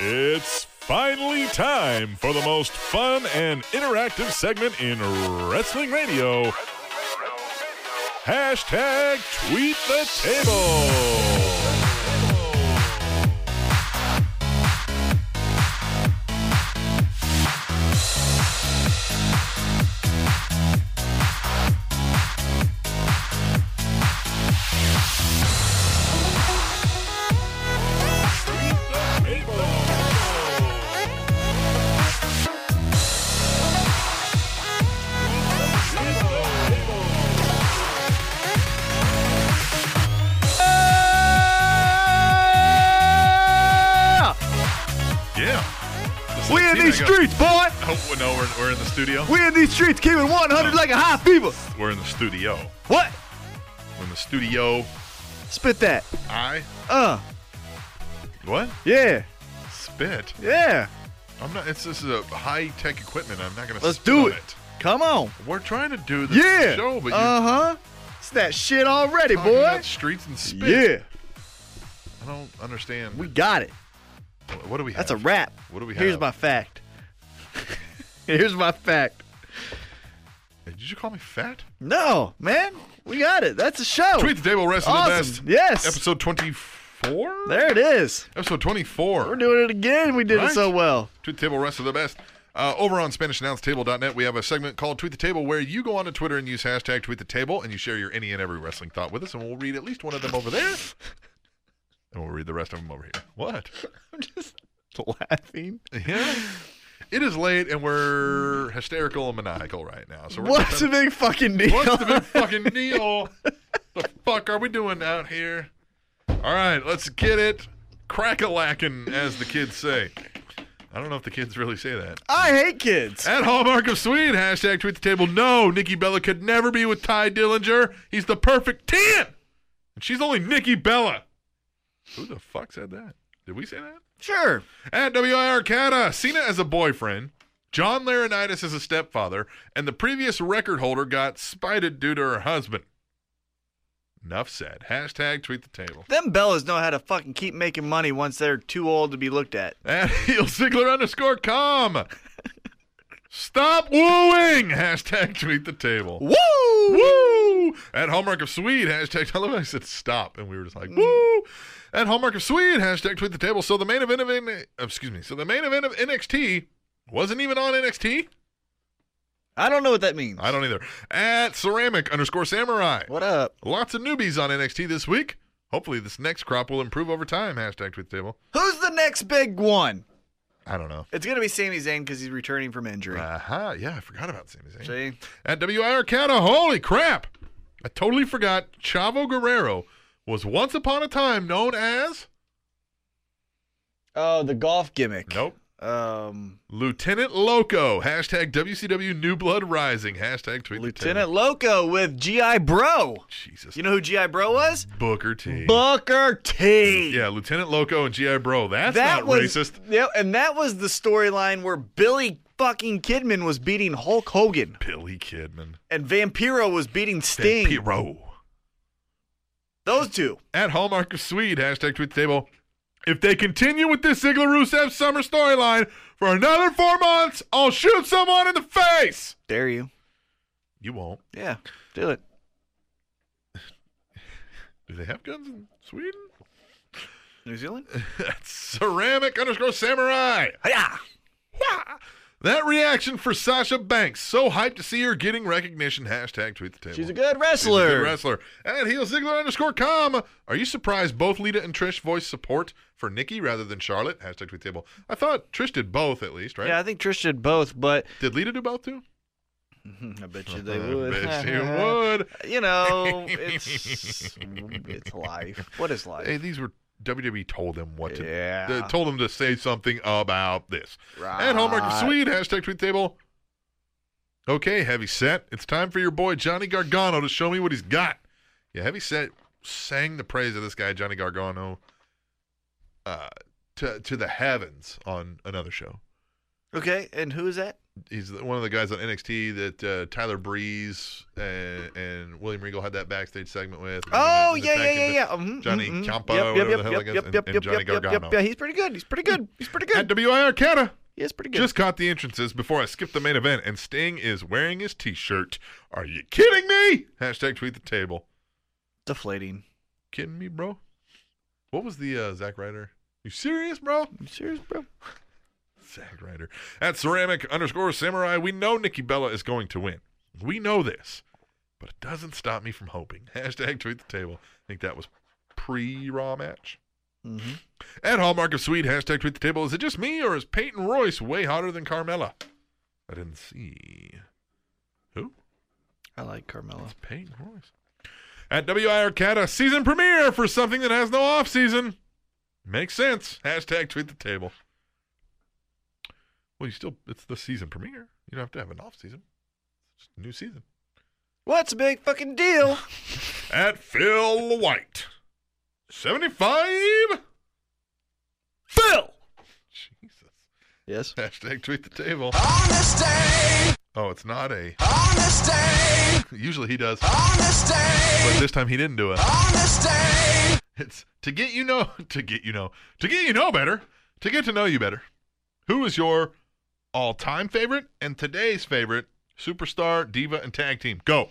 It's finally time for the most fun and interactive segment in wrestling radio. Hashtag tweet the table. Yeah. This We in Latino these guy- streets, boy. Oh, no, we're, we're in the studio. We in these streets, keeping 100 like a high fever. We're in the studio. What? We're in the studio. Spit that. I. Uh, What? yeah, Spit. yeah. I'm not. It's this is a high tech equipment. I'm not gonna. Let's spit do on it. Come on. We're trying to do this Yeah. show, but you uh huh. It's that shit already, talking boy. about streets and spit. Yeah, I don't understand. we got it. what do we have? That's a wrap. What do we Here's have? my fact. Here's my fact. Did you call me fat? No, man, we got it. That's a show. Tweet the table, wrestling Awesome. the best. Yes. Episode 24? There it is. Episode 24. We're doing it again. We did Right? it so well. Tweet the table, rest of the best. Uh, over on SpanishAnnounceTable.net, we have a segment called Tweet the Table where you go onto Twitter and use hashtag Tweet the Table and you share your any and every wrestling thought with us, and we'll read at least one of them over there. And we'll read the rest of them over here. What? I'm just laughing. Yeah. It is late, and we're hysterical and maniacal right now. So we're What's the big fucking deal? What's the big fucking deal? the fuck are we doing out here? All right, let's get it crack a lackin', as the kids say. I don't know if the kids really say that. I hate kids. At Hallmark of Sweden, hashtag tweet the table. No, Nikki Bella could never be with Ty Dillinger. He's the perfect 10. And she's only Nikki Bella. Who the fuck said that? Did we say that? Sure. At W.I. Arcata, Cena as a boyfriend, John Laurinaitis as a stepfather, and the previous record holder got spited due to her husband. Enough said. Hashtag tweet the table. Them Bellas know how to fucking keep making money once they're too old to be looked at. At heel Ziggler underscore com. Stop wooing! Hashtag tweet the table. Woo! Woo! At Hallmark of Swede, hashtag I love how I said stop, and we were just like, woo! At Hallmark of Swede, hashtag tweet the table. So the main event of N- excuse me, so the main event of NXT wasn't even on NXT? I don't know what that means. I don't either. At ceramic underscore samurai. What up? Lots of newbies on NXT this week. Hopefully, this next crop will improve over time. Hashtag tweet the table. Who's the next big one? I don't know. It's gonna be Sami Zayn because he's returning from injury. Uh huh. Yeah, I forgot about Sami Zayn. See? At WI Arcata. Holy crap! I totally forgot. Chavo Guerrero was once upon a time known as. Oh, the golf gimmick. Nope. Um, Lieutenant Loco. Hashtag WCW New Blood Rising. Hashtag tweet the Lieutenant table. Loco with GI Bro. Jesus. You know who GI Bro was? Booker T. Booker T. yeah, Lieutenant Loco and G.I. Bro. That's that not was racist. Yeah, and that was the storyline where Billy fucking Kidman was beating Hulk Hogan, Billy Kidman. and Vampiro was beating Sting. Vampiro. Those two. At Hallmark of Swede, hashtag tweet the table. If they continue with this Ziggler Rusev summer storyline for another four months, I'll shoot someone in the face. Dare you? You won't. Yeah, do it. Do they have guns in Sweden? New Zealand? That's ceramic underscore samurai. Yeah. Wah! That reaction for Sasha Banks. So hyped to see her getting recognition. Hashtag tweet the table. She's a good She's a good wrestler. wrestler. At heel Ziggler underscore com. Are you surprised both Lita and Trish voiced support for Nikki rather than Charlotte? Hashtag tweet table. I thought Trish did both at least, right? Yeah, I think Trish did both, but Did Lita do both too? I bet you they I would. bet she would. You know, it's it's life. What is life? Hey, these were WWE told them what to. Yeah. They told them to say something about this. Right. At Hallmark Ah. of Swede hashtag tweet table. Okay, heavy set. It's time for your boy Johnny Gargano to show me what he's got. Yeah, heavy set sang the praise of this guy Johnny Gargano uh, to to the heavens on another show. Okay, and who is that? he's the- one of the guys on NXT that uh, Tyler Breeze and, and William Regal had that backstage segment with. Oh And the- yeah, the yeah, tag yeah, team- yeah. Mhm, Johnny mhm, mhm. Ciampa, Yep, whatever yep, the hell yep, it is, yep, and- yep, and yep, Johnny yep, yep, Gargano. Yeah, he's pretty good. He's pretty good. He's pretty At good. WIR Canada. He is pretty good. Just caught the entrances before I skipped the main event, and Sting is wearing his T-shirt. Are you kidding me? Hashtag tweet the table. deflating. Kidding me, bro? What was the uh, Zack Ryder? You serious, bro? You serious, bro? Zack Ryder. At ceramic underscore samurai, we know Nikki Bella is going to win. We know this, but it doesn't stop me from hoping. Hashtag tweet the table. I think that was pre-Raw match. hmm At Hallmark of Sweet, hashtag tweet the table. Is it just me or is Peyton Royce way hotter than Carmella? I didn't see. Who? I like Carmella. It's Peyton Royce. At WIR Cata, season premiere for something that has no off season. Makes sense. Hashtag tweet the table. Well, you still, it's the season premiere. You don't have to have an off season. It's just a new season. What's a big fucking deal? At Phil White, 75. Phil! Jesus. yes. Hashtag tweet the table. On this day, Oh, it's not a. on this day, Usually he does, on this day, but this time he didn't do it. on this day, It's to get you know, to get you know, to get you know better, to get to know you better. Who is your all time favorite and today's favorite superstar, diva, and tag team? Go.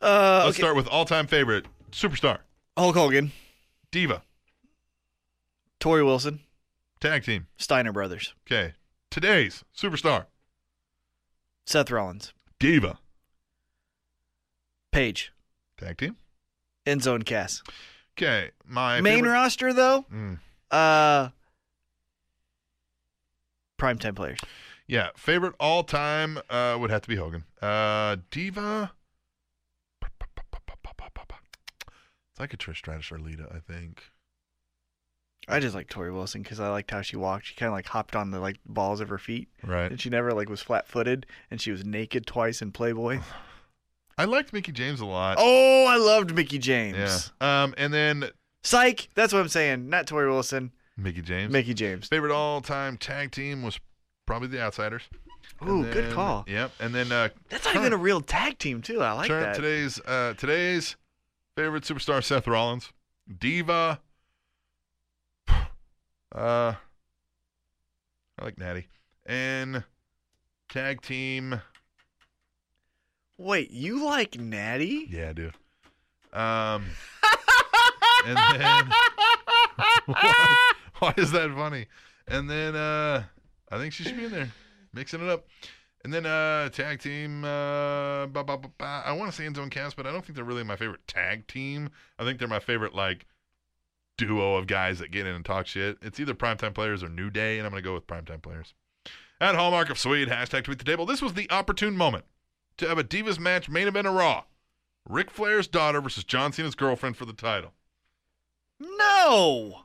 Uh, Let's okay. start with all time favorite superstar, Hulk Hogan, diva, Tori Wilson, tag team. Steiner brothers, Okay. Today's superstar, Seth Rollins, diva, Paige, tag team. Enzo and Cass. Okay. My Main favorite- roster though, Mm. uh, primetime players. yeah, favorite all time uh, would have to be Hogan. Uh, diva. It's like a Trish Stratus or Lita, I think. I just like Tori Wilson because I liked how she walked. She kind of like hopped on the like balls of her feet, Right. and she never like was flat footed, and she was naked twice in Playboy. I liked Mickey James a lot. Oh, I loved Mickey James. yeah. Um, and then Psych. That's what I'm saying. Not Tori Wilson. Mickey James. Mickey James. Favorite all-time tag team was probably the Outsiders. And Ooh, good then- call. Yep. And then uh, That's not Turn- even a real tag team too. I like turn- that. today's uh, today's favorite superstar Seth Rollins, Diva. Uh, I like Natty and tag team. Wait, you like Natty? Yeah, I do. Um, and then why, why is that funny? And then uh, I think she should be in there, mixing it up. And then uh, tag team. Uh, ba, ba, ba, ba. I want to say Enzo and Cass, but I don't think they're really my favorite tag team. I think they're my favorite like duo of guys that get in and talk shit. It's either primetime players or New Day, and I'm gonna go with primetime players. At Hallmark of Swede, hashtag tweet the table. This was the opportune moment to have a Divas match main event of Raw. Ric Flair's daughter versus John Cena's girlfriend for the title. No.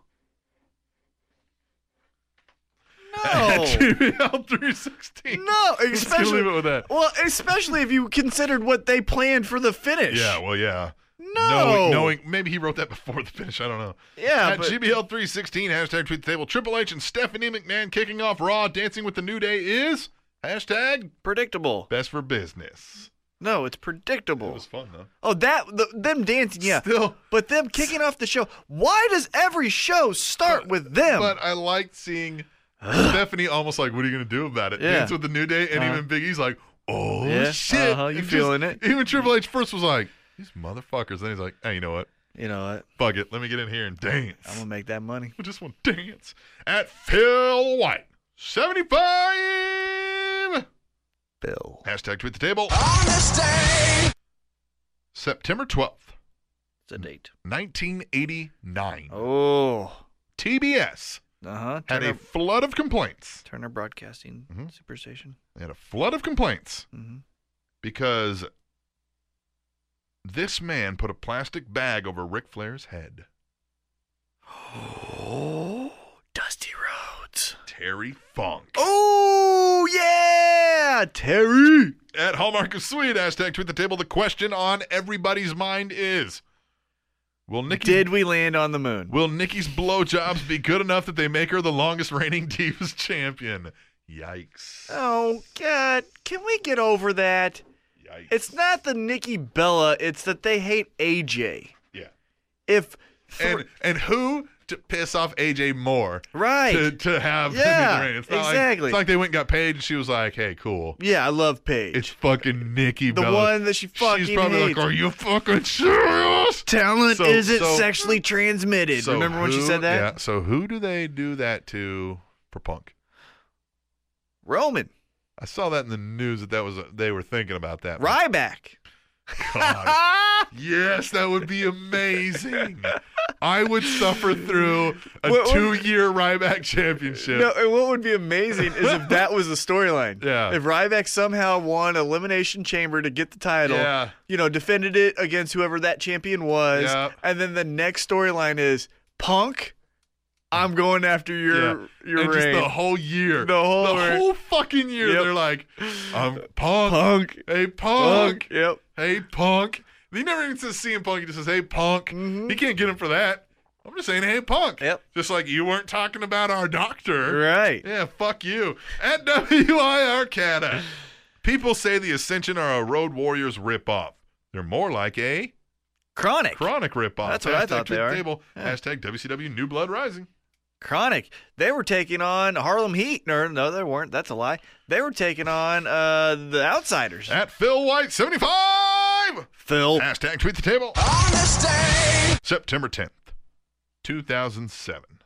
At No. GBL 316. no. Let's just leave Especially. it with that. Well, especially if you considered what they planned for the finish. Yeah, well, yeah. No. Knowing, knowing, maybe he wrote that before the finish. I don't know. Yeah. At But, GBL 316, hashtag tweet the table. Triple H and Stephanie McMahon kicking off Raw, dancing with the New Day is hashtag predictable. best for business. No, it's It predictable. was fun, though. Oh, that the, them dancing. Yeah. Still, But them kicking off the show. Why does every show start with them? but I liked seeing Stephanie almost like, what are you going to do about it? Yeah. Dance with the New Day, and Uh-huh. even Biggie's like, oh, Yeah, shit. uh-huh, And you just- feeling it? Even Triple H first was like, these motherfuckers. Then he's like, hey, you know what? you know what? Fuck it. Let me get in here and dance. I'm gonna make that money. I just want to dance. At Phil White, 75. Bill. Hashtag tweet the table. on this day, September 12th, It's a date. 1989. Oh. TBS Uh huh. had a Turner, flood of complaints. Turner Broadcasting Mhm. Superstation. They had a flood of complaints hmm because this man put a plastic bag over Ric Flair's head. Oh, Dusty Rhodes. Terry Funk. Oh yeah, Terry. At Hallmark of Sweet, hashtag tweet the table. The question on everybody's mind is Will Nikki Did we land on the moon? Will Nikki's blowjobs be good enough that they make her the longest reigning Divas champion? Yikes. Oh God, can we get over that? Yikes. It's not the Nikki Bella. It's that they hate AJ. yeah. If And and who to piss off AJ more right, to, to have Yeah, Tiffany Lorraine? It's not Like, exactly. it's like they went and got paid and she was like, "Hey, cool." yeah, I love Paige. It's fucking Nikki the Bella. one that she fucking She's probably hates. like, "Are you fucking serious?" Talent So- isn't so- sexually transmitted. So Remember when she who- said that? Yeah. So who do they do that to for Punk? Roman, I saw that in the news that that was they were thinking about that. Ryback. Ah! God. yes, that would be amazing. I would suffer through a What- what- two-year Ryback championship. No, and what would be amazing is if that was the storyline. Yeah. If Ryback somehow won Elimination Chamber to get the title, Yeah. you know, defended it against whoever that champion was, Yeah. and then the next storyline is Punk, I'm going after your your and reign. just the whole year, The whole reign. whole fucking year, Yep. they're like, "I'm punk, Punk, hey Punk, punk, yep. hey punk." He never even says CM Punk. He just says, "Hey punk." Mhm. He can't get him for that. I'm just saying, "Hey punk." Yep. Just like you weren't talking about our doctor, Right. Yeah, fuck you. At WIR Cata. People say the Ascension are a Road Warriors ripoff. They're more like a Chronic. chronic ripoff. That's what I Hashtag thought to they the are. Table. Yeah. Hashtag WCW New Blood Rising. Chronic. They were taking on Harlem Heat. No, no, they weren't. That's a lie. They were taking on uh, the Outsiders. At Phil White 75. Phil. Hashtag tweet the table. On this day, September 10th, 2007.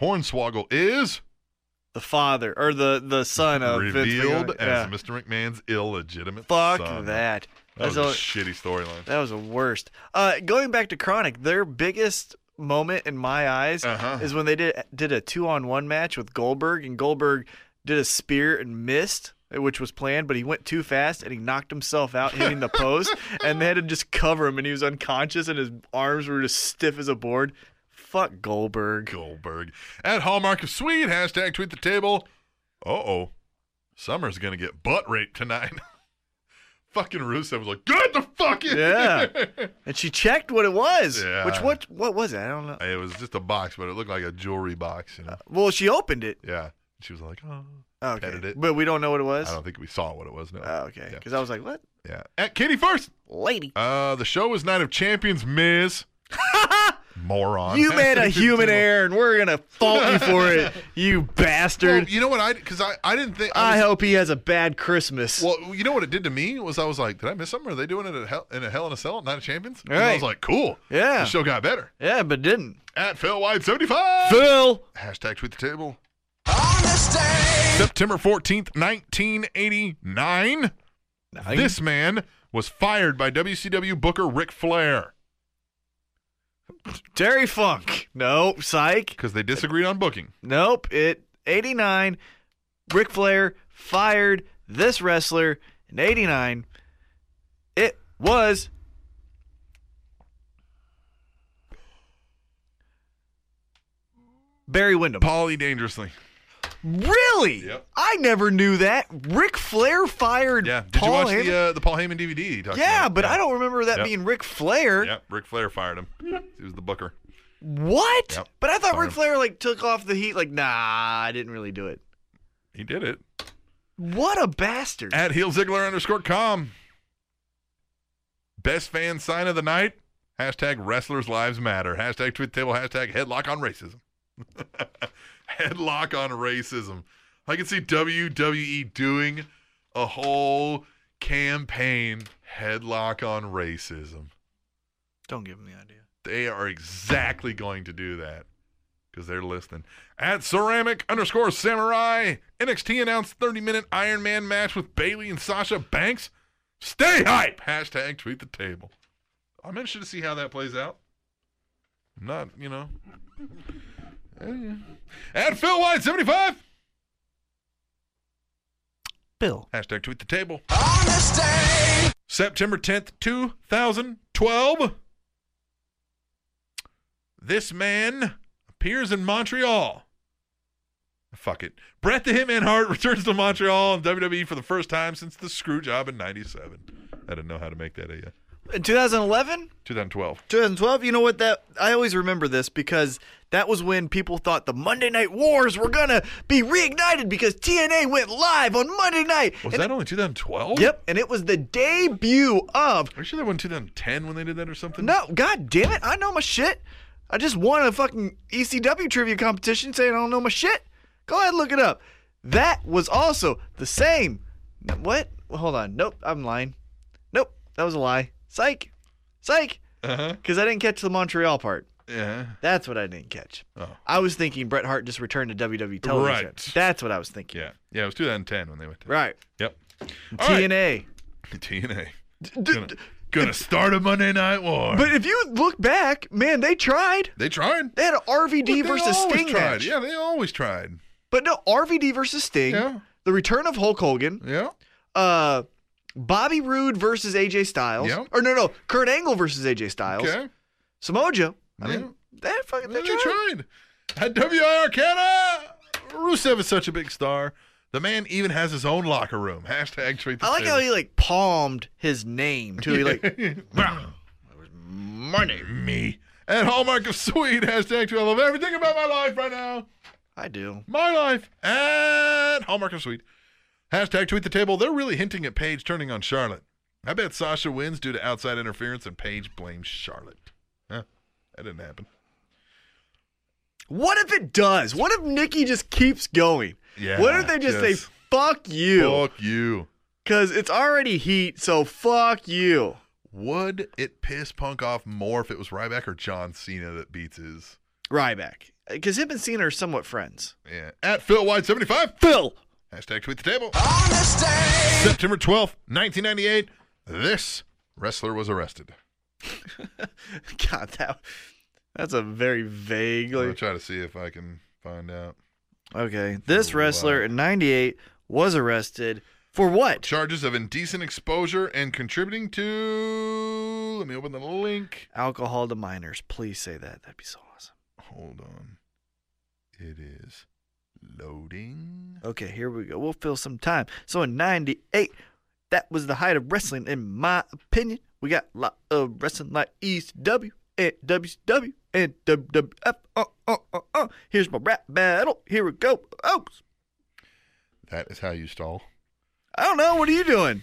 Hornswoggle is the father or the the son of Vince revealed McMahon. as Yeah. Mr. McMahon's illegitimate Fuck son. that. That That's was a a, shitty storyline. that was the worst. Uh, going back to Chronic, their biggest moment in my eyes Uh-huh. is when they did did a two on one match with Goldberg, and Goldberg did a spear and missed. Which was planned, but he went too fast and he knocked himself out hitting the post, and they had to just cover him, and he was unconscious, and his arms were just stiff as a board. Fuck Goldberg. Goldberg. At Hallmark of Swede, hashtag tweet the table. Uh oh. Summer's going to get butt raped tonight. Fucking Rusev was like, get the fuck in Yeah. here." And she checked what it was, Yeah. which what what was it? I don't know. It was just a box, but it looked like a jewelry box. You know? Well, she opened it. Yeah. She was like, oh. Okay. Edited it. But we don't know what it was. I don't think we saw what it was. No. Oh, okay. Yeah. Because I was like, what? yeah. At Kitty First. Lady. Uh, the show is Night of Champions, Miz. Moron. You Hashtag made a tweet the human table. error, and we're gonna fault you for it, you Well, bastard. you know what? I Because I, I didn't think. I was- hope he has a bad Christmas. Well, you know what it did to me was I was like, did I miss something? Are they doing it at hell, in a Hell in a Cell at Night of Champions? And I Right. was like, cool. Yeah. The show got better. yeah, but didn't. At Phil White seventy five. Phil. Hashtag tweet the table. on this day, September fourteenth, nineteen eighty nine. This man was fired by WCW Booker Ric Flair Terry Funk. Nope. Psych. because they disagreed on booking. Nope. It. 89. Ric Flair fired this wrestler in 89. It was Barry Windham. Polly E. dangerously. Really? Yep. I never knew that. Ric Flair fired Yeah. Did Paul you watch Heyman. the uh, the Paul Heyman DVD? he talked yeah, about? but I don't remember that Yep. being Ric Flair. Yep. Ric Flair fired him. He was the Booker. What? Yep. But I thought Fired Ric him. Flair like took off the heat. Like, nah, I didn't really do it. He did it. What a bastard! At heel Ziggler underscore com. Best fan sign of the night. Hashtag wrestlers lives matter. Hashtag tweet the table. Hashtag headlock on racism. headlock on racism. I can see WWE doing a whole campaign headlock on racism. don't give him the idea. They are exactly going to do that because they're listening. At ceramic underscore samurai, NXT announced 30 minute Iron Man match with Bailey and Sasha Banks. Stay hype! Hashtag tweet the table. I'm interested to see how that plays out. I'm not, you know. At Phil White 75. Bill. Hashtag tweet the table. on this day, September 10th, 2012. This man appears in Montreal. Fuck it. Bret the Hitman Hart returns to E Montreal and WWE for the first time since the screw job in 97. I didn't know how to make that a uh, In 2011, 2012. 2012. You know what? That I always remember this because that was when people thought the Monday Night Wars were gonna be reignited because TNA went live on Monday night. Was And- that only 2012? Yep, and it was the debut of Are you sure that wasn't 2010 when they did that or something? No, god damn it, I know my shit. I just won a fucking ECW trivia competition saying I don't know my shit. Go ahead and look it up. That was also the same. N- What? Hold on. Nope, I'm lying. Nope, that was a lie. Psych. Psych. Uh huh. Because I didn't catch the Montreal part. Yeah. That's what I didn't catch. Oh. I was thinking Bret Hart just returned to WWE television. Right. That's what I was thinking. Yeah. Yeah. It was 2010 when they went. To- Right. Yep. TNA. TNA. D- Gonna, gonna start a Monday Night War. But if you look back, man, they tried. they tried. They had an RVD They versus always Sting tried. match. Yeah, they always tried. But no, RVD versus Sting. Yeah. The return of Hulk Hogan. Yeah. Uh, Bobby Roode versus AJ Styles. Yeah. Or no, no, Kurt Angle versus AJ Styles. Okay. Samoa Joe. I Yeah. mean, they fucking They they tried. tried. At WIR Canada, Rusev is such a big star. The man even has his own locker room. Hashtag treat the I like how he like palmed his name too. He like money me. And Hallmark of Sweet, hashtag two. I love everything about my life right now. I do. My life at Hallmark of Sweet. Hashtag tweet the table. They're really hinting at Paige turning on Charlotte. I bet Sasha wins due to outside interference and Paige blames Charlotte. Huh, that didn't happen. What if it does? What if Nikki just keeps going? Yeah, What if they just just- say fuck you? Fuck you. Because it's already heat, so fuck you. Would it piss Punk off more if it was Ryback or John Cena that beats his? Ryback. Because him and Cena are somewhat friends. Yeah. At Phil White 75. Phil. Hashtag tweet the table. On this day, September 12th, 1998. This wrestler was arrested. God, that that's a very vague. I'm like- going to try to see if I can find out. okay, this wrestler in '98 was arrested for what? Charges of indecent exposure and contributing to. Let me open the link. Alcohol to minors. Please say that. That'd be so awesome. Hold on. It is loading. Okay, here we go. We'll fill some time. So in '98, that was the height of wrestling, in my opinion. We got a lot of wrestling like ECW and WCW and WWF. Uh, uh, uh, uh. Here's my rap battle. Here we go. Oh, That is how you stall. I don't know. What are you doing?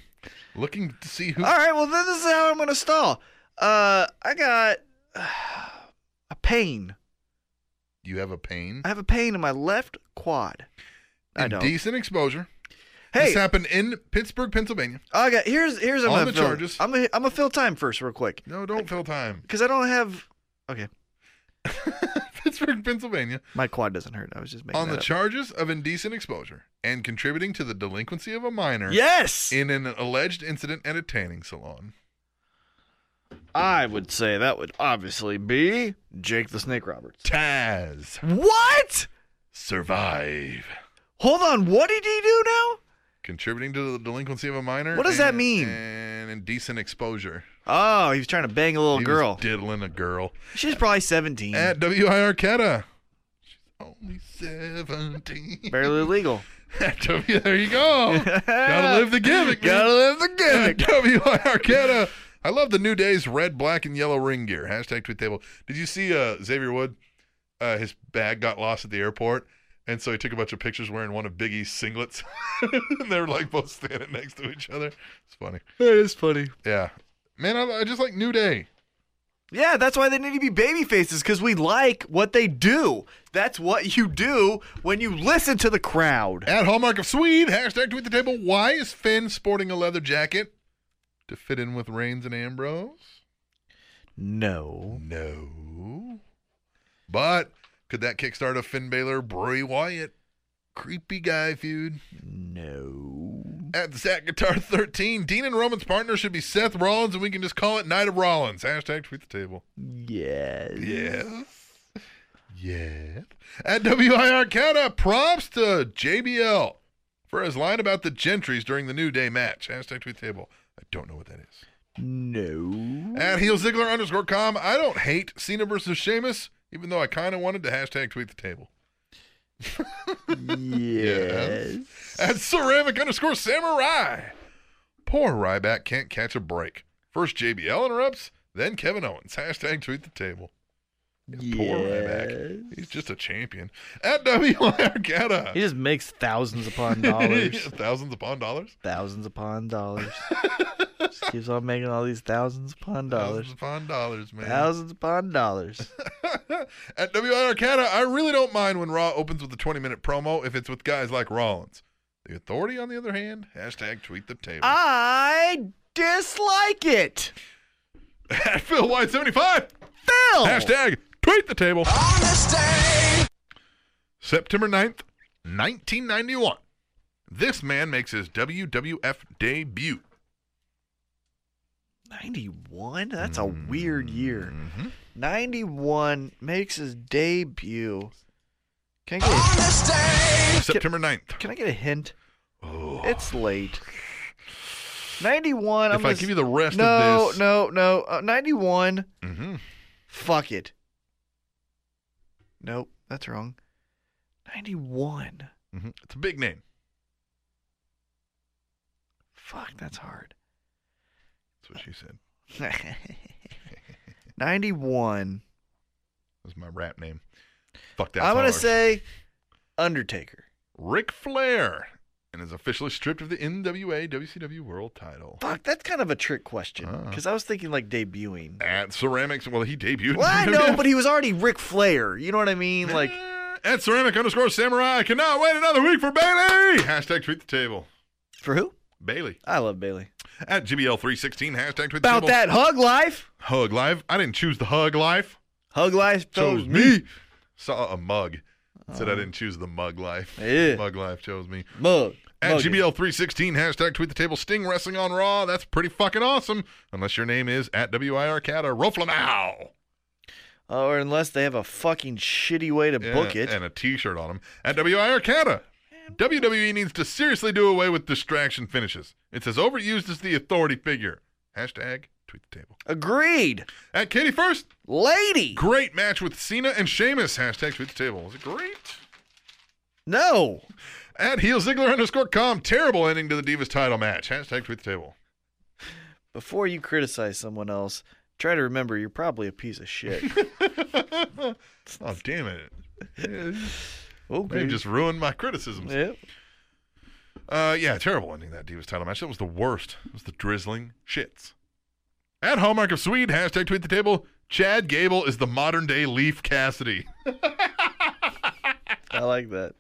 Looking to see who. All right, well then this is how I'm gonna stall. Uh, I got a pain. You have a pain. I have a pain in my left quad. I don't. Indecent exposure. Hey, This happened in Pittsburgh, Pennsylvania. I got here's here's I'm On gonna the fill- charges. I'm gonna, I'm gonna fill time first, real quick, No, don't fill time. because I don't have. Okay, Pittsburgh, Pennsylvania. my quad doesn't hurt. I was just making On that the up. charges of indecent exposure and contributing to the delinquency of a minor Yes, in an alleged incident at a tanning salon. I would say that would obviously be Jake the Snake Roberts. Taz, What? survive. Hold on. What did he do now? Contributing to the delinquency of a minor. What does that and- mean? And indecent exposure. Oh, he was trying to bang a little He was girl. Mm. diddling a girl. She's probably 17. At W.I. Arquetta. E She's only 17. Barely legal. At W- there you go. Gotta live the gimmick. man. Gotta live the gimmick. W.I. Arcata. I love the New Day's red, black, and yellow ring gear. Hashtag tweet table. Did you see uh, Xavier Wood? Uh, his bag got lost at the airport, and so he took a bunch of pictures wearing one of Biggie's singlets. and they were like both standing next to each other. It's funny. That is funny. Yeah. Man, I, I just like New Day. Yeah, that's why they need to be baby faces because we like what they do. That's what you do when you listen to the crowd. At Hallmark of Swede, hashtag tweet the table. Why is Finn sporting a leather jacket to fit in with Reigns and Ambrose? No. No. But could that kickstart a Finn Balor Bray Wyatt creepy guy feud? No. At Zach Guitar 13, Dean and Roman's partner should be Seth Rollins, and we can just call it Night of Rollins. Hashtag tweet the table. Yes. Yes. Yes. At WIR Canada, props to JBL for his line about the Gentries during the New Day match. Hashtag tweet the table. I don't know what that is. No. At heel Ziggler underscore com, I don't hate Cena versus Sheamus, even though I kind of wanted to hashtag tweet the table. Yes. At ceramic underscore samurai, poor Ryback can't catch a break. First JBL interrupts, then Kevin Owens. Hashtag tweet the table. Poor Ryback. He's just a champion. At W He Arcata. just makes thousands upon dollars. Thousands upon dollars. thousands upon dollars. just keeps on making all these thousands upon dollars. Thousands upon dollars, man. Thousands upon dollars. At WI Arcata, I really don't mind when Raw opens with a 20 minute promo if it's with guys like Rollins. The Authority, on the other hand, hashtag tweet the table. I dislike it. At Phil White 75, Phil. hashtag tweet the table. on this day, September 9th, 1991. This man makes his WWF debut. 91? That's a Hmm. weird year. Mm-hmm. 91 makes his debut. Can I get on a, this day, September 9th. can I get a hint? Oh. It's late. 91. I'm If I gonna give s- you the rest no, of this. No, no, Uh, 91. Mhm. Fuck it. Nope, that's wrong. 91. Mhm. It's a big name. Fuck, that's hard. That's what she said. 91. That's my rap name. Fuck that. I'm going to hard. say Undertaker. Ric Flair and is officially stripped of the NWA WCW World title. Fuck, that's kind of a trick question Ah. because I was thinking like debuting. At Ceramics, well, he debuted. Well, I know, but he was already Ric Flair. You know what I mean? Like, Eh, At Ceramic underscore Samurai, I cannot wait another week for Bailey. Hashtag tweet the table. for who? Bailey. I love Bailey. At GBL316, hashtag tweet the About table. that hug life. Hug life. I didn't choose the hug life. Hug life chose me. Uh-huh. Saw a mug. Said I didn't choose the mug life. Yeah. Mug life chose me. Mug. At Mugging. GBL316, hashtag tweet the table, Sting Wrestling on Raw. That's pretty fucking awesome. Unless your name is at WIRCAT or Roflamow. Or unless they have a fucking shitty way to book it. And a t shirt on him. At WIRCATA. WWE E needs to seriously do away with distraction finishes. It's as overused as the authority figure. Hashtag tweet the table. Agreed. At Katie First, Lady. great match with Cena and Sheamus. Hashtag tweet the table. Was it great? No. At heel Ziggler underscore com, terrible ending to the Divas title match. Hashtag tweet the table. Before you criticize someone else, try to remember you're probably a piece of shit. Oh, damn it. okay. They just ruined my criticisms. yeah. Uh, yeah, terrible ending that Divas title match. That was the worst. It was the drizzling shits. At Hallmark of Swede, hashtag tweet the table. Chad Gable is the modern day Leaf Cassidy. I like that.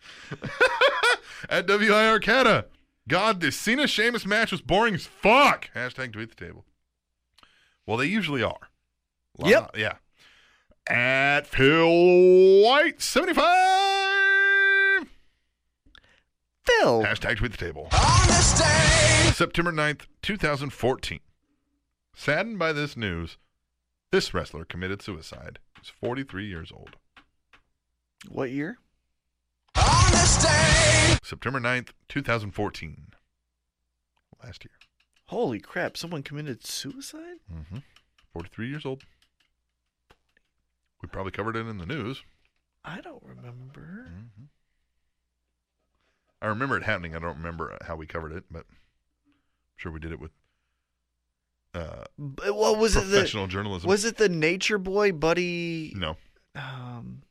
At WIR Arcata, God, this Cena Sheamus match was boring as fuck. Hashtag tweet the table. Well, they usually are. Why Yep. not? Yeah. At Phil White seventy five. Phil. Hashtag tweet the table. on this day, September 9th, 2014. Saddened by this news, this wrestler committed suicide. He's 43 years old. What year? on this day, September 9th, 2014. Last year. Holy crap! Someone committed suicide. Mm-hmm. 43 years old. We probably covered it in the news. I don't remember. I remember it happening. I don't remember how we covered it, but I'm sure we did it with uh, But what was it? The, professional journalism. was it the Nature Boy buddy? no, Um,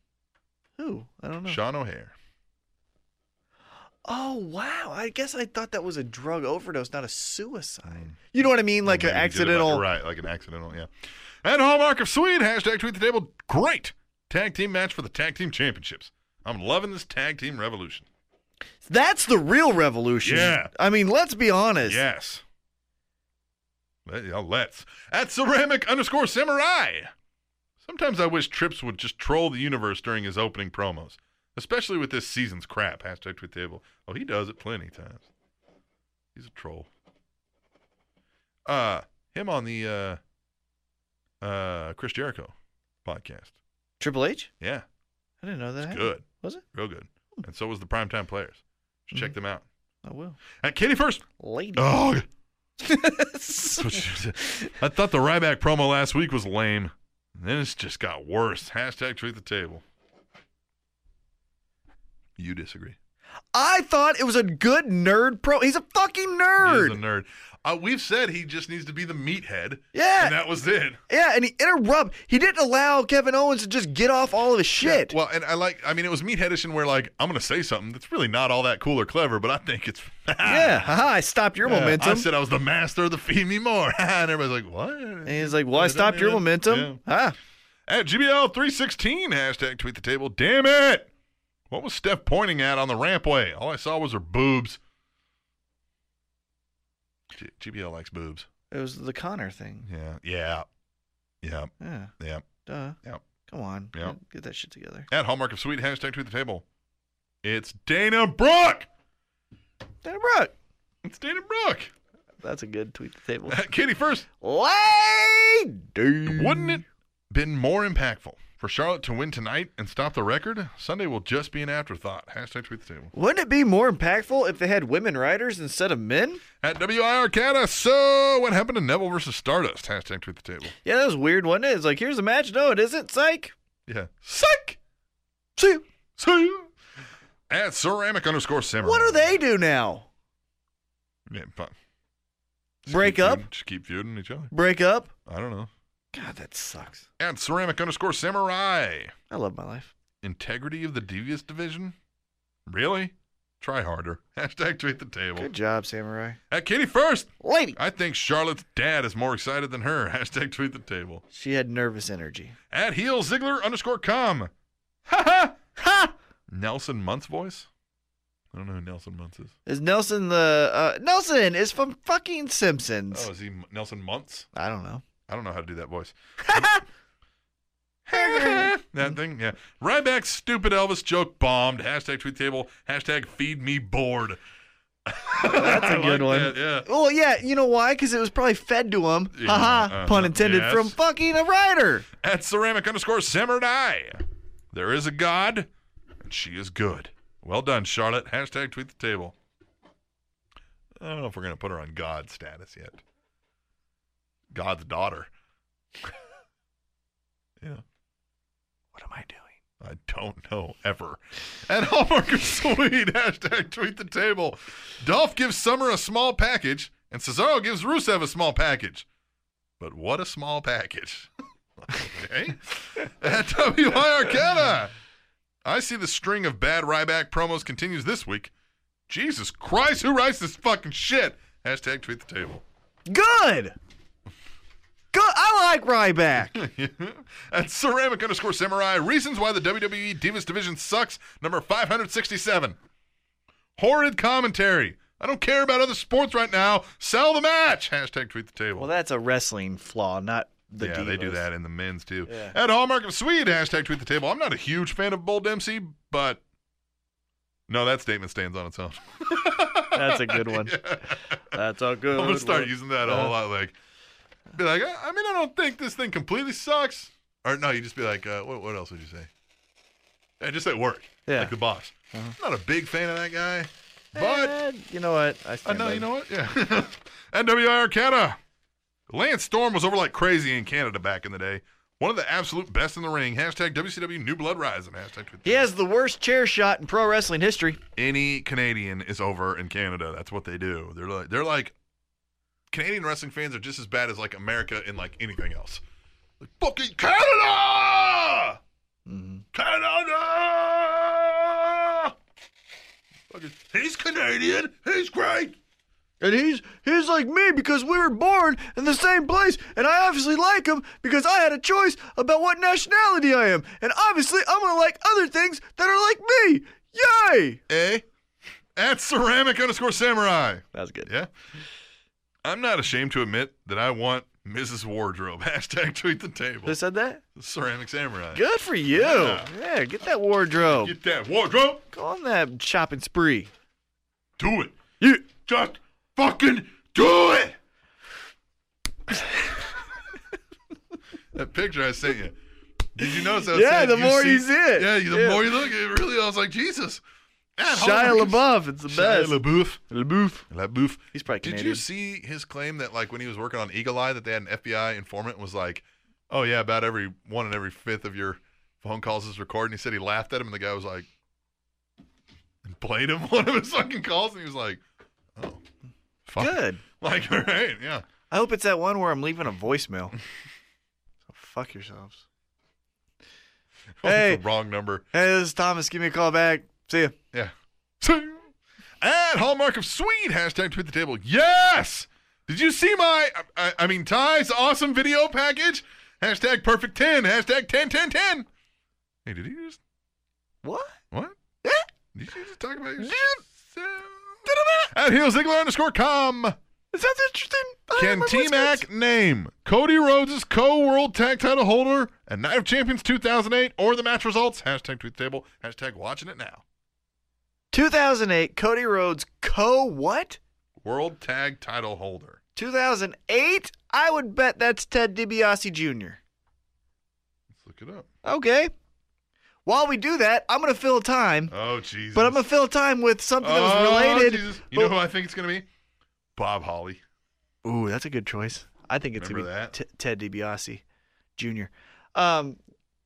who? I don't know. Sean O'Hare. Oh wow! I guess I thought that was a drug overdose, not a suicide. You know what I mean? Like Maybe an he Mm. did it accidental. by- right, like an accidental, yeah. And Hallmark of Sweden, hashtag tweet the table. Great tag team match for the tag team championships. I'm loving this tag team revolution. That's the real revolution. Yeah. I mean, let's be honest. Yes. Let, yeah, let's. At ceramic underscore samurai. Sometimes I wish Trips would just troll the universe during his opening promos, especially with this season's crap. Hashtag tweet the table. Oh, he does it plenty times. He's a troll. Uh, him on the uh, uh, Chris Jericho podcast. Triple H. Yeah, I didn't know that. happened. good, Was it? real good. And so was the primetime players. Just Check them out. I will. At Katie first. Oh, Lady. Oh, That's what she said. I thought the Ryback promo last week was lame. And then it's just got worse. Hashtag treat the table. You disagree. I thought it was a good nerd pro. He's a fucking nerd. He's a nerd. Uh, we've said he just needs to be the meathead. Yeah. And that was it. yeah, and he interrupt. He didn't allow Kevin Owens to just get off all of his shit. Well, and I like, I mean, it was meatheadish and we're like, I'm going to say something that's really not all that cool or clever, but I think it's. yeah, Ah, haha, I stopped your Yeah, momentum. I said I was the master of the feed me more. and everybody's like, what? and he's like, "Well, I Yeah, stopped your yeah, momentum, Ah, huh?" At GBL316, hashtag tweet the table. Damn it. What was Steph pointing at on the rampway? All I saw was her boobs. G- GBL likes boobs. It was the Connor thing. Yeah. Yeah. Yeah. Yeah, Yeah. duh. Yep. Come on, Yep. get that shit together. At Hallmark of Sweet, hashtag tweet the table. It's Dana Brooke. Dana Brooke. It's Dana Brooke. That's a good tweet to the table. At Katie first. Lady. Wouldn't it been more impactful for Charlotte to win tonight and stop the record? Sunday will just be an afterthought. Hashtag tweet the table. Wouldn't it be more impactful if they had women writers instead of men? At WIR Canada. So, what happened to Neville versus Stardust? Hashtag tweet the table. Yeah, that was weird, wasn't it? It's like, here's a match. No, it isn't. Psych. Yeah. Psych. See you. See you. At ceramic underscore samurai. What do they do now? Yeah, fine. Just Break keep up? feuding- Just keep feuding each other. Break up? I don't know. God, that sucks. At ceramic underscore samurai. I love my life. Integrity of the devious division. Really? Try harder. Hashtag tweet the table. Good job, Samurai. At Kitty first. Lady. I think Charlotte's dad is more excited than her. Hashtag tweet the table. She had nervous energy. At heel Ziggler underscore com. Ha ha. Ha! Nelson Muntz voice? I don't know who Nelson Muntz is. Is Nelson the. Uh, Nelson is from fucking Simpsons. Oh, is he M- Nelson Muntz? I don't know. I don't know how to do that voice. that thing, yeah. Ryback's stupid Elvis joke bombed. Hashtag tweet table. Hashtag feed me bored. That's I a like good one. that, yeah. Well, yeah, you know why? Because it was probably fed to him. Yeah, Haha, uh-huh, pun intended, yes. from fucking a writer. At ceramic underscore samurai. There is a god, and she is good. Well done, Charlotte. Hashtag tweet the table. I don't know if we're going to put her on God status yet. God's daughter. yeah. What am I doing? I don't know ever. At Hallmark of Sweet, hashtag tweet the table. Dolph gives Summer a small package, and Cesaro gives Rusev a small package. But what a small package. okay. At WI Arcana, I see the string of bad Ryback promos continues this week. Jesus Christ, who writes this fucking shit? Hashtag tweet the table. Good. Good. I like Ryback. At ceramic underscore samurai, reasons why the WWE Divas division sucks, number 567. Horrid commentary. I don't care about other sports right now. Sell the match. Hashtag tweet the table. well, that's a wrestling flaw, not the yeah, they do divas. that in the men's too. Yeah. At Hallmark of Swede, hashtag tweet the table. I'm not a huge fan of Bold MC, but no, that statement stands on its own. That's a good one. That's a good. I'm gonna start one. using that a whole lot. Like, be like, I, I mean, I don't think this thing completely sucks. Or no, you just be like, uh, what, what else would you say? Yeah, just at work, Yeah. Uh-huh. like the boss. I'm not a big fan of that guy, but Eh, you know what? I I stand know by you that. know what? Yeah, NWR Canada. Lance Storm was over like crazy in Canada back in the day. One of the absolute best in the ring. Hashtag WCW New Blood Rising. Hashtag. He has the worst chair shot in pro wrestling history. any Canadian is over in Canada. That's what they do. They're like they're like Canadian wrestling fans are just as bad as like America in like anything else. Like fucking Canada, Mm-hmm. Canada. Fucking, he's Canadian. He's great. And he's he's like me because we were born in the same place, and I obviously like him because I had a choice about what nationality I am, and obviously I'm gonna like other things that are like me. Yay! Eh? At ceramic underscore samurai. That was good. Yeah. I'm not ashamed to admit that I want Mrs. Wardrobe. Hashtag tweet the table. Who said that? ceramic samurai. Good for you. Yeah. Yeah, get that wardrobe. Get that wardrobe. Go on that shopping spree. Do it. You just fucking do it. that picture I sent you. Did you notice? I was Yeah, saying the you more see- you see it. Yeah, you- the Yeah. more you look, it really. I was like, Jesus. At Shia home- LaBeouf, it's the Shia best. LaBeouf. LaBeouf. LaBeouf. He's probably Did Canadian. you see his claim that like when he was working on Eagle Eye that they had an FBI informant was like, oh yeah, about every one and every fifth of your phone calls is recorded. And he said he laughed at him, and the guy was like, and played him one of his fucking calls, and he was like, "Oh, fuck." Good. Like, all right, yeah. I hope it's that one where I'm leaving a voicemail. so fuck yourselves. Hey. the wrong number. Hey, this is Thomas. Give me a call back. See ya. Yeah. At Hallmark of Swede, hashtag tweet the table. Yes! Did you see my, I, I- I mean, Ty's awesome video package? Hashtag perfect 10, hashtag 10, 10, 10. Hey, did he just, What? what? Did you just talk about yourself? At HeelZiggler underscore com. Is that interesting? I have Can my T voicemails. Mac name Cody Rhodes' co world tag title holder and Night of Champions 2008 or the match results? Hashtag tweet the table, hashtag watching it now. 2008, Cody Rhodes co what? World tag title holder. 2008? I would bet that's Ted DiBiase Jr. Let's look it up. Okay. While we do that, I'm going to fill time, Oh Jesus! but I'm going to fill time with something that was Oh, related. Jesus. You know who I think it's gonna be? Bob Holly. Ooh, that's a good choice. I think it's Remember gonna that? be T- Ted DiBiase Jr. Um,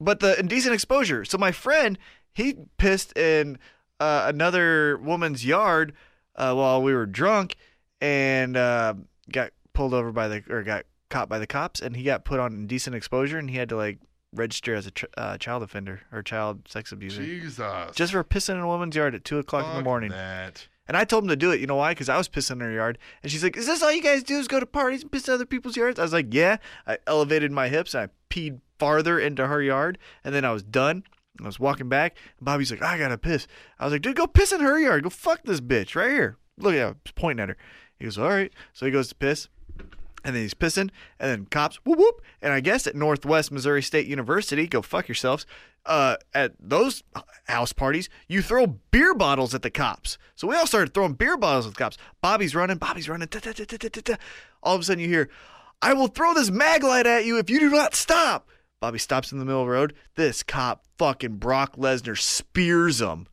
but the indecent exposure. So my friend, he pissed in uh, another woman's yard uh, while we were drunk, and uh, got pulled over by the or got caught by the cops, and he got put on indecent exposure, and he had to like register as a ch- uh, child offender or child sex abuser. Jesus. Just for pissing in a woman's yard at two o'clock in the Fuck morning. That. And I told him to do it. You know why? Because I was pissing in her yard. And she's like, Is this all you guys do is go to parties and piss in other people's yards? I was like, Yeah. I elevated my hips. I peed farther into her yard. And then I was done. I was walking back. And Bobby's like, I got to piss. I was like, Dude, go piss in her yard. Go fuck this bitch right here. Look at him. I was pointing at her. He goes, All right. So he goes to piss. And then he's pissing, and then cops, whoop whoop. And I guess at Northwest Missouri State University, go fuck yourselves. Uh, at those house parties, you throw beer bottles at the cops. So we all started throwing beer bottles at the cops. Bobby's running, Bobby's running. da, da, da, da, da, da, da. All of a sudden, you hear, "I will throw this mag light at you if you do not stop." Bobby stops in the middle of the road. This cop, fucking Brock Lesnar, spears him.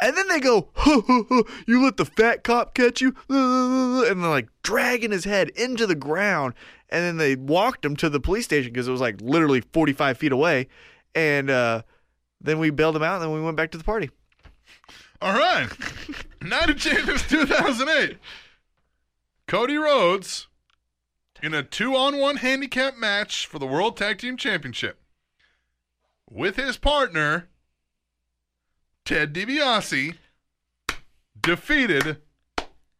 And then they go, huh, huh, huh, you let the fat cop catch you? And they're like dragging his head into the ground. And then they walked him to the police station because it was like literally 45 feet away. And uh, then we bailed him out and then we went back to the party. All right. Night of Champions 2008. Cody Rhodes in a two-on-one handicap match for the World Tag Team Championship with his partner Ted DiBiase defeated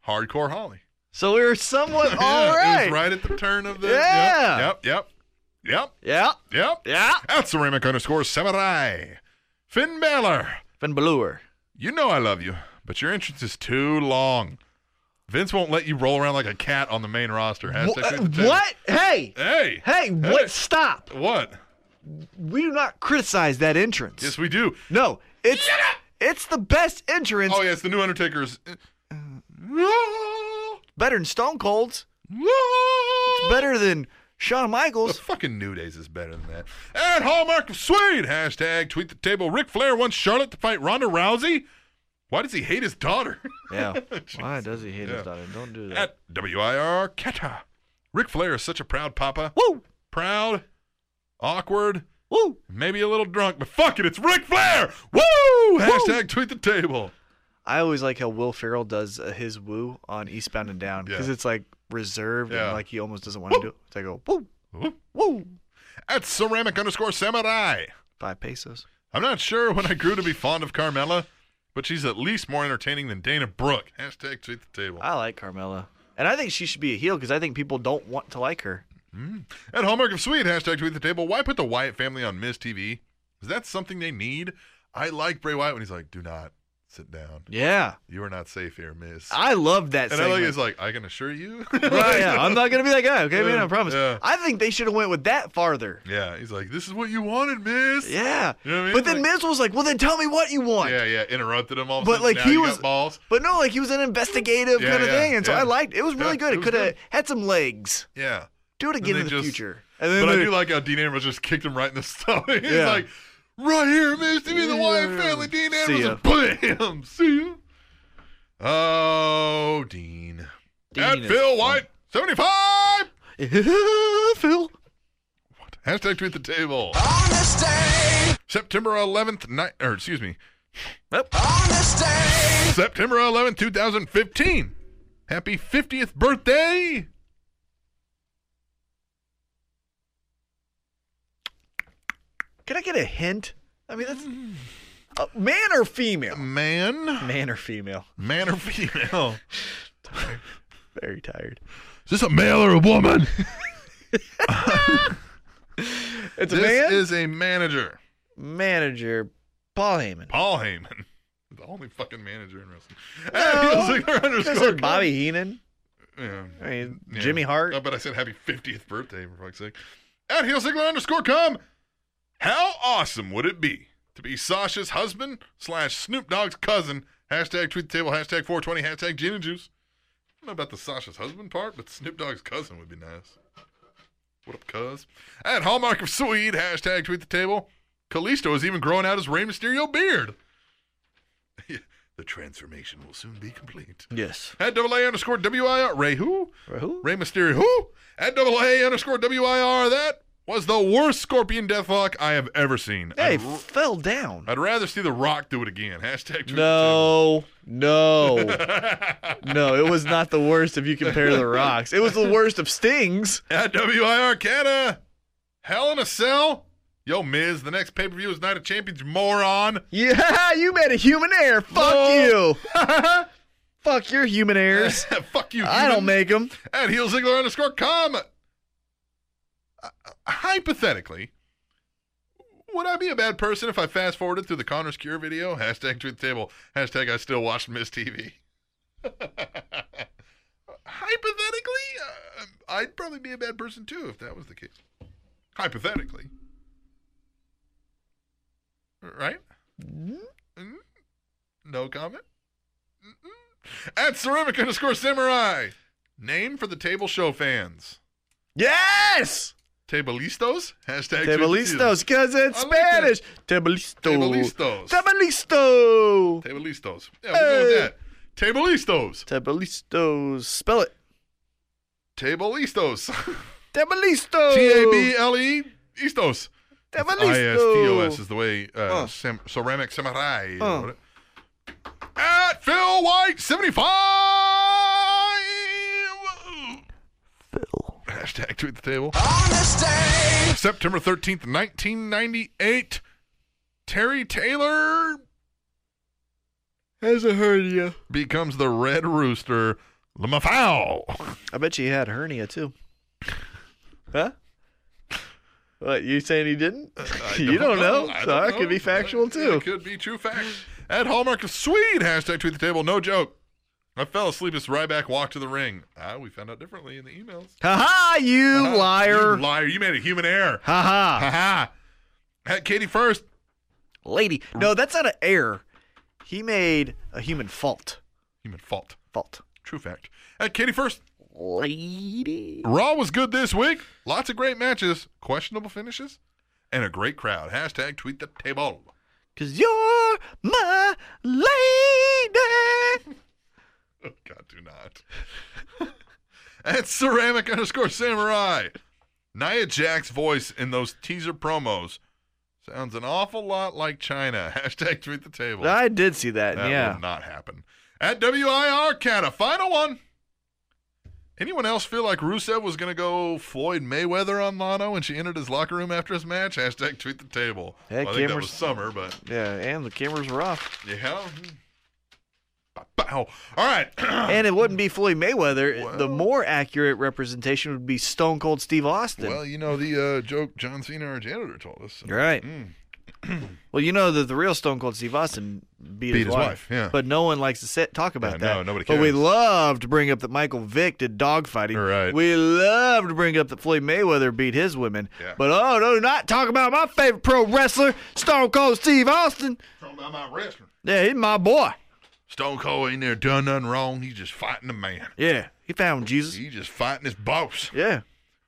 Hardcore Holly. So we were somewhat all It right. was right at the turn of the. Yeah. Yep. Yep. Yep. Yeah. Yep. Yeah. At ceramic underscore samurai. Finn Balor. Finn Balor. You know I love you, but your entrance is too long. Vince won't let you roll around like a cat on the main roster. Hashtag Wh- tweet the table. uh, What? Hey. Hey. Hey, what? Stop. What? We do not criticize that entrance. Yes, we do. No, it's it's the best entrance. Oh, yeah, it's the new Undertaker's. Uh, Better than Stone Cold's. It's better than Shawn Michaels. Fucking New Days is better than that. And Hallmark of Swede. Hashtag tweet the table. Ric Flair wants Charlotte to fight Ronda Rousey. Why does he hate his daughter? Yeah. Why does he hate Yeah. his daughter? Don't do that. At WIR Keta. Ric Flair is such a proud papa. Woo! Proud, awkward, Woo! Maybe a little drunk, but fuck it, it's Ric Flair! Woo! Hashtag tweet the table. I always like how Will Ferrell does uh, his woo on Eastbound and Down because Yeah. it's like reserved Yeah. and like he almost doesn't want to do it. It's like, oh, woo, Ooh. woo. At ceramic underscore samurai. Five pesos. I'm not sure when I grew to be fond of Carmella, but she's at least more entertaining than Dana Brooke. Hashtag tweet the table. I like Carmella. And I think she should be a heel because I think people don't want to like her. At Hallmark of Swede, hashtag tweet the table. Why put the Wyatt family on Miz TV? Is that something they need? I like Bray Wyatt when he's like, do not sit down. Yeah. You are not safe here, Miz. I love that and I like segment. he's like, I can assure you. Right, yeah, I'm not going to be that guy, okay, man? I Yeah, promise. yeah. I think they should have went with that farther. yeah, he's like, this is what you wanted, Miz. Yeah. You know what I mean? But then Like- Miz was like, well, then tell me what you want. Yeah, yeah, interrupted him all. of a But, sudden. like, Now he you was- got balls. But no, like he was an investigative Yeah, kind of yeah, thing, and so yeah. I liked it. Was really Yeah, good. it It was could have good. had some legs. Yeah, Do it again they in the just- future. And but I do like how Dean Ambrose just kicked him right in the stomach. He's Yeah. like, right here, Miss to be the Wyatt family, Dean See Ambrose. ya. and Bam, see you. Oh, Dean. At Phil White, seventy-five. Phil. Hashtag tweet the table. Honesty. September 11th, ni- or excuse me, Nope. Honesty. September 11th, 2015. Happy 50th birthday. Can I get a hint? I mean, that's uh, man or female? Man. Man or female? Man or female? Very tired. Is this a male or a woman? It's a this man. is a manager. manager Paul Heyman. Paul Heyman. The only fucking manager in wrestling. At Heel Ziggler Could've underscore said Bobby Heenan. com. Yeah. I mean, Yeah. Jimmy Hart. I bet I said happy 50th birthday, for fuck's sake. At Heel Ziggler underscore com. How awesome would it be to be Sasha's husband slash Snoop Dogg's cousin? Hashtag tweet the table, hashtag 420, hashtag gin and juice. I don't know about the Sasha's husband part, but Snoop Dogg's cousin would be nice. What up, cuz? At Hallmark of Swede, hashtag tweet the table. Kalisto is even growing out his Rey Mysterio beard. the transformation will soon be complete. Yes. At double A underscore WIR. Ray who? Who? Ray Mysterio, who? At double A underscore WIR, that was the worst Scorpion Deathlock I have ever seen. They I'd, r- fell down. I'd rather see The Rock do it again. Hashtag tweet No, no, no. It was not the worst if you compare to the Rocks. It was the worst of Stings. the table. At WIR Canada, Hell in a Cell. Yo, Miz, the next pay per view is Night of Champions, moron. Yeah, you made a human heir. Fuck No. you. Fuck your human heirs. Fuck you. I don't human. make them. at heel Ziggler underscore com. Uh, Hypothetically, would I be a bad person if I fast forwarded through the Connor's Cure video? Hashtag tweet the table. Hashtag I still watch Miss TV. Hypothetically, uh, I'd probably be a bad person too if that was the case. Hypothetically. Right? Mm? No comment? Mm-mm. At ceramic underscore samurai. Name for the table show fans. Yes. Tabalistos? Hashtag Tabalistos, because I it's like that. Spanish. Tabalisto. Tabalistos. Tabalisto. Tabalistos. Yeah, we'll go with Hey. that. Tabalistos. Tabalistos. Spell it. Tabalistos. Tabalistos. T A B L E Istos. Tabalistos. I S T O S is the way uh, Uh. Sam- ceramic samurai. is Uh. what it- At Phil White seventy five. Phil. Hashtag tweet the table. Honesty. September 13th, 1998. Terry Taylor Has a hernia. becomes the Red Rooster. LMFAO. I bet she had hernia too. Huh? What you saying he didn't? you don't know. Uh, I so don't that could know. be factual It too. could be true fact. At Hallmark of Swede, hashtag tweet the table. No joke. I fell asleep as Ryback walked to the ring. Ah, we found out differently in the emails. Haha, you Ah, liar. You liar. You made a human error. Haha. Ha ha. At Katie first. Lady. No, that's not an error. He made a human fault. Human fault. Fault. True fact. At Katie first. Lady. Raw was good this week. Lots of great matches, questionable finishes, and a great crowd. Hashtag tweet the table. Cause you're my lady. Oh, God, do not. At ceramic underscore samurai. Nia Jack's voice in those teaser promos sounds an awful lot like China. Hashtag tweet the table. I did see that. That yeah. will not happen. At WIR Cat, a final one. Anyone else feel like Rusev was going to go Floyd Mayweather on Lano and she entered his locker room after his match? Hashtag tweet the table. That Well, I think that camera's- was summer, but Yeah, and the cameras were off. yeah. Bow, Bow. All right. And it wouldn't be Floyd Mayweather. the Well- more accurate representation would be Stone Cold Steve Austin. well, you know the uh, joke John Cena, our janitor, told us. so- You're right. Mm. Well, you know that the real Stone Cold Steve Austin beat, his, wife, yeah. But no one likes to sit, talk about Yeah, that. no, nobody But we cares. love to bring up that Michael Vick did dogfighting. Right. We love to bring up that Floyd Mayweather beat his women. Yeah. But oh no, not talk about my favorite pro wrestler, Stone Cold Steve Austin. Talking about my wrestling. Yeah, he's my boy. Stone Cold ain't there done nothing wrong. He's just fighting the man. Yeah, he found Jesus. He's just fighting his boss, Yeah,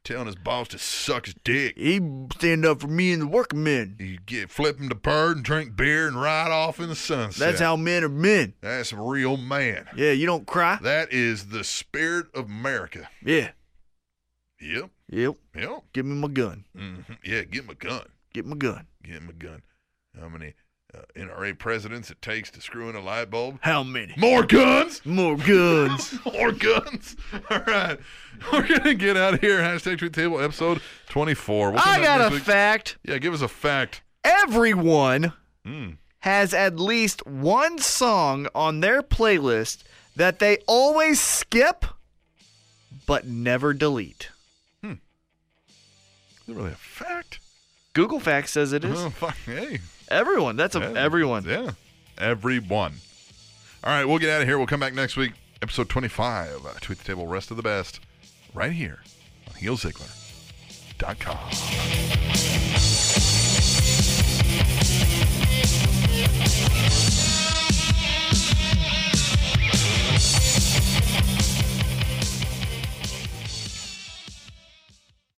telling his boss to suck his dick. he stand up for me and the working men. You get flip him to bird and drink beer and ride off in the sunset. That's how men are men. That's a real man. Yeah, you don't cry. That is the spirit of America. Yeah. Yep. Yep. Yep. mm-hmm. Give me my gun. hmm Yeah. Get him a gun. Get my gun. Get him a gun. How many? uh, NRA presidents it takes to screw in a light bulb. How many? More guns! More guns. More guns! All right. We're going to get out of here. Hashtag Tweet the Table, episode 24. We'll come I back got next a week. fact. Yeah, give us a fact. Everyone Mm. has at least one song on their playlist that they always skip but never delete. Is it really a fact? Google Facts says it is. Oh, fuck. Hey. Everyone. That's a, Yeah. everyone. Yeah. Everyone. All right, we'll get out of here. We'll come back next week, episode 25. Uh, Tweet the Table, rest of the best, right here on HeelZiggler.com.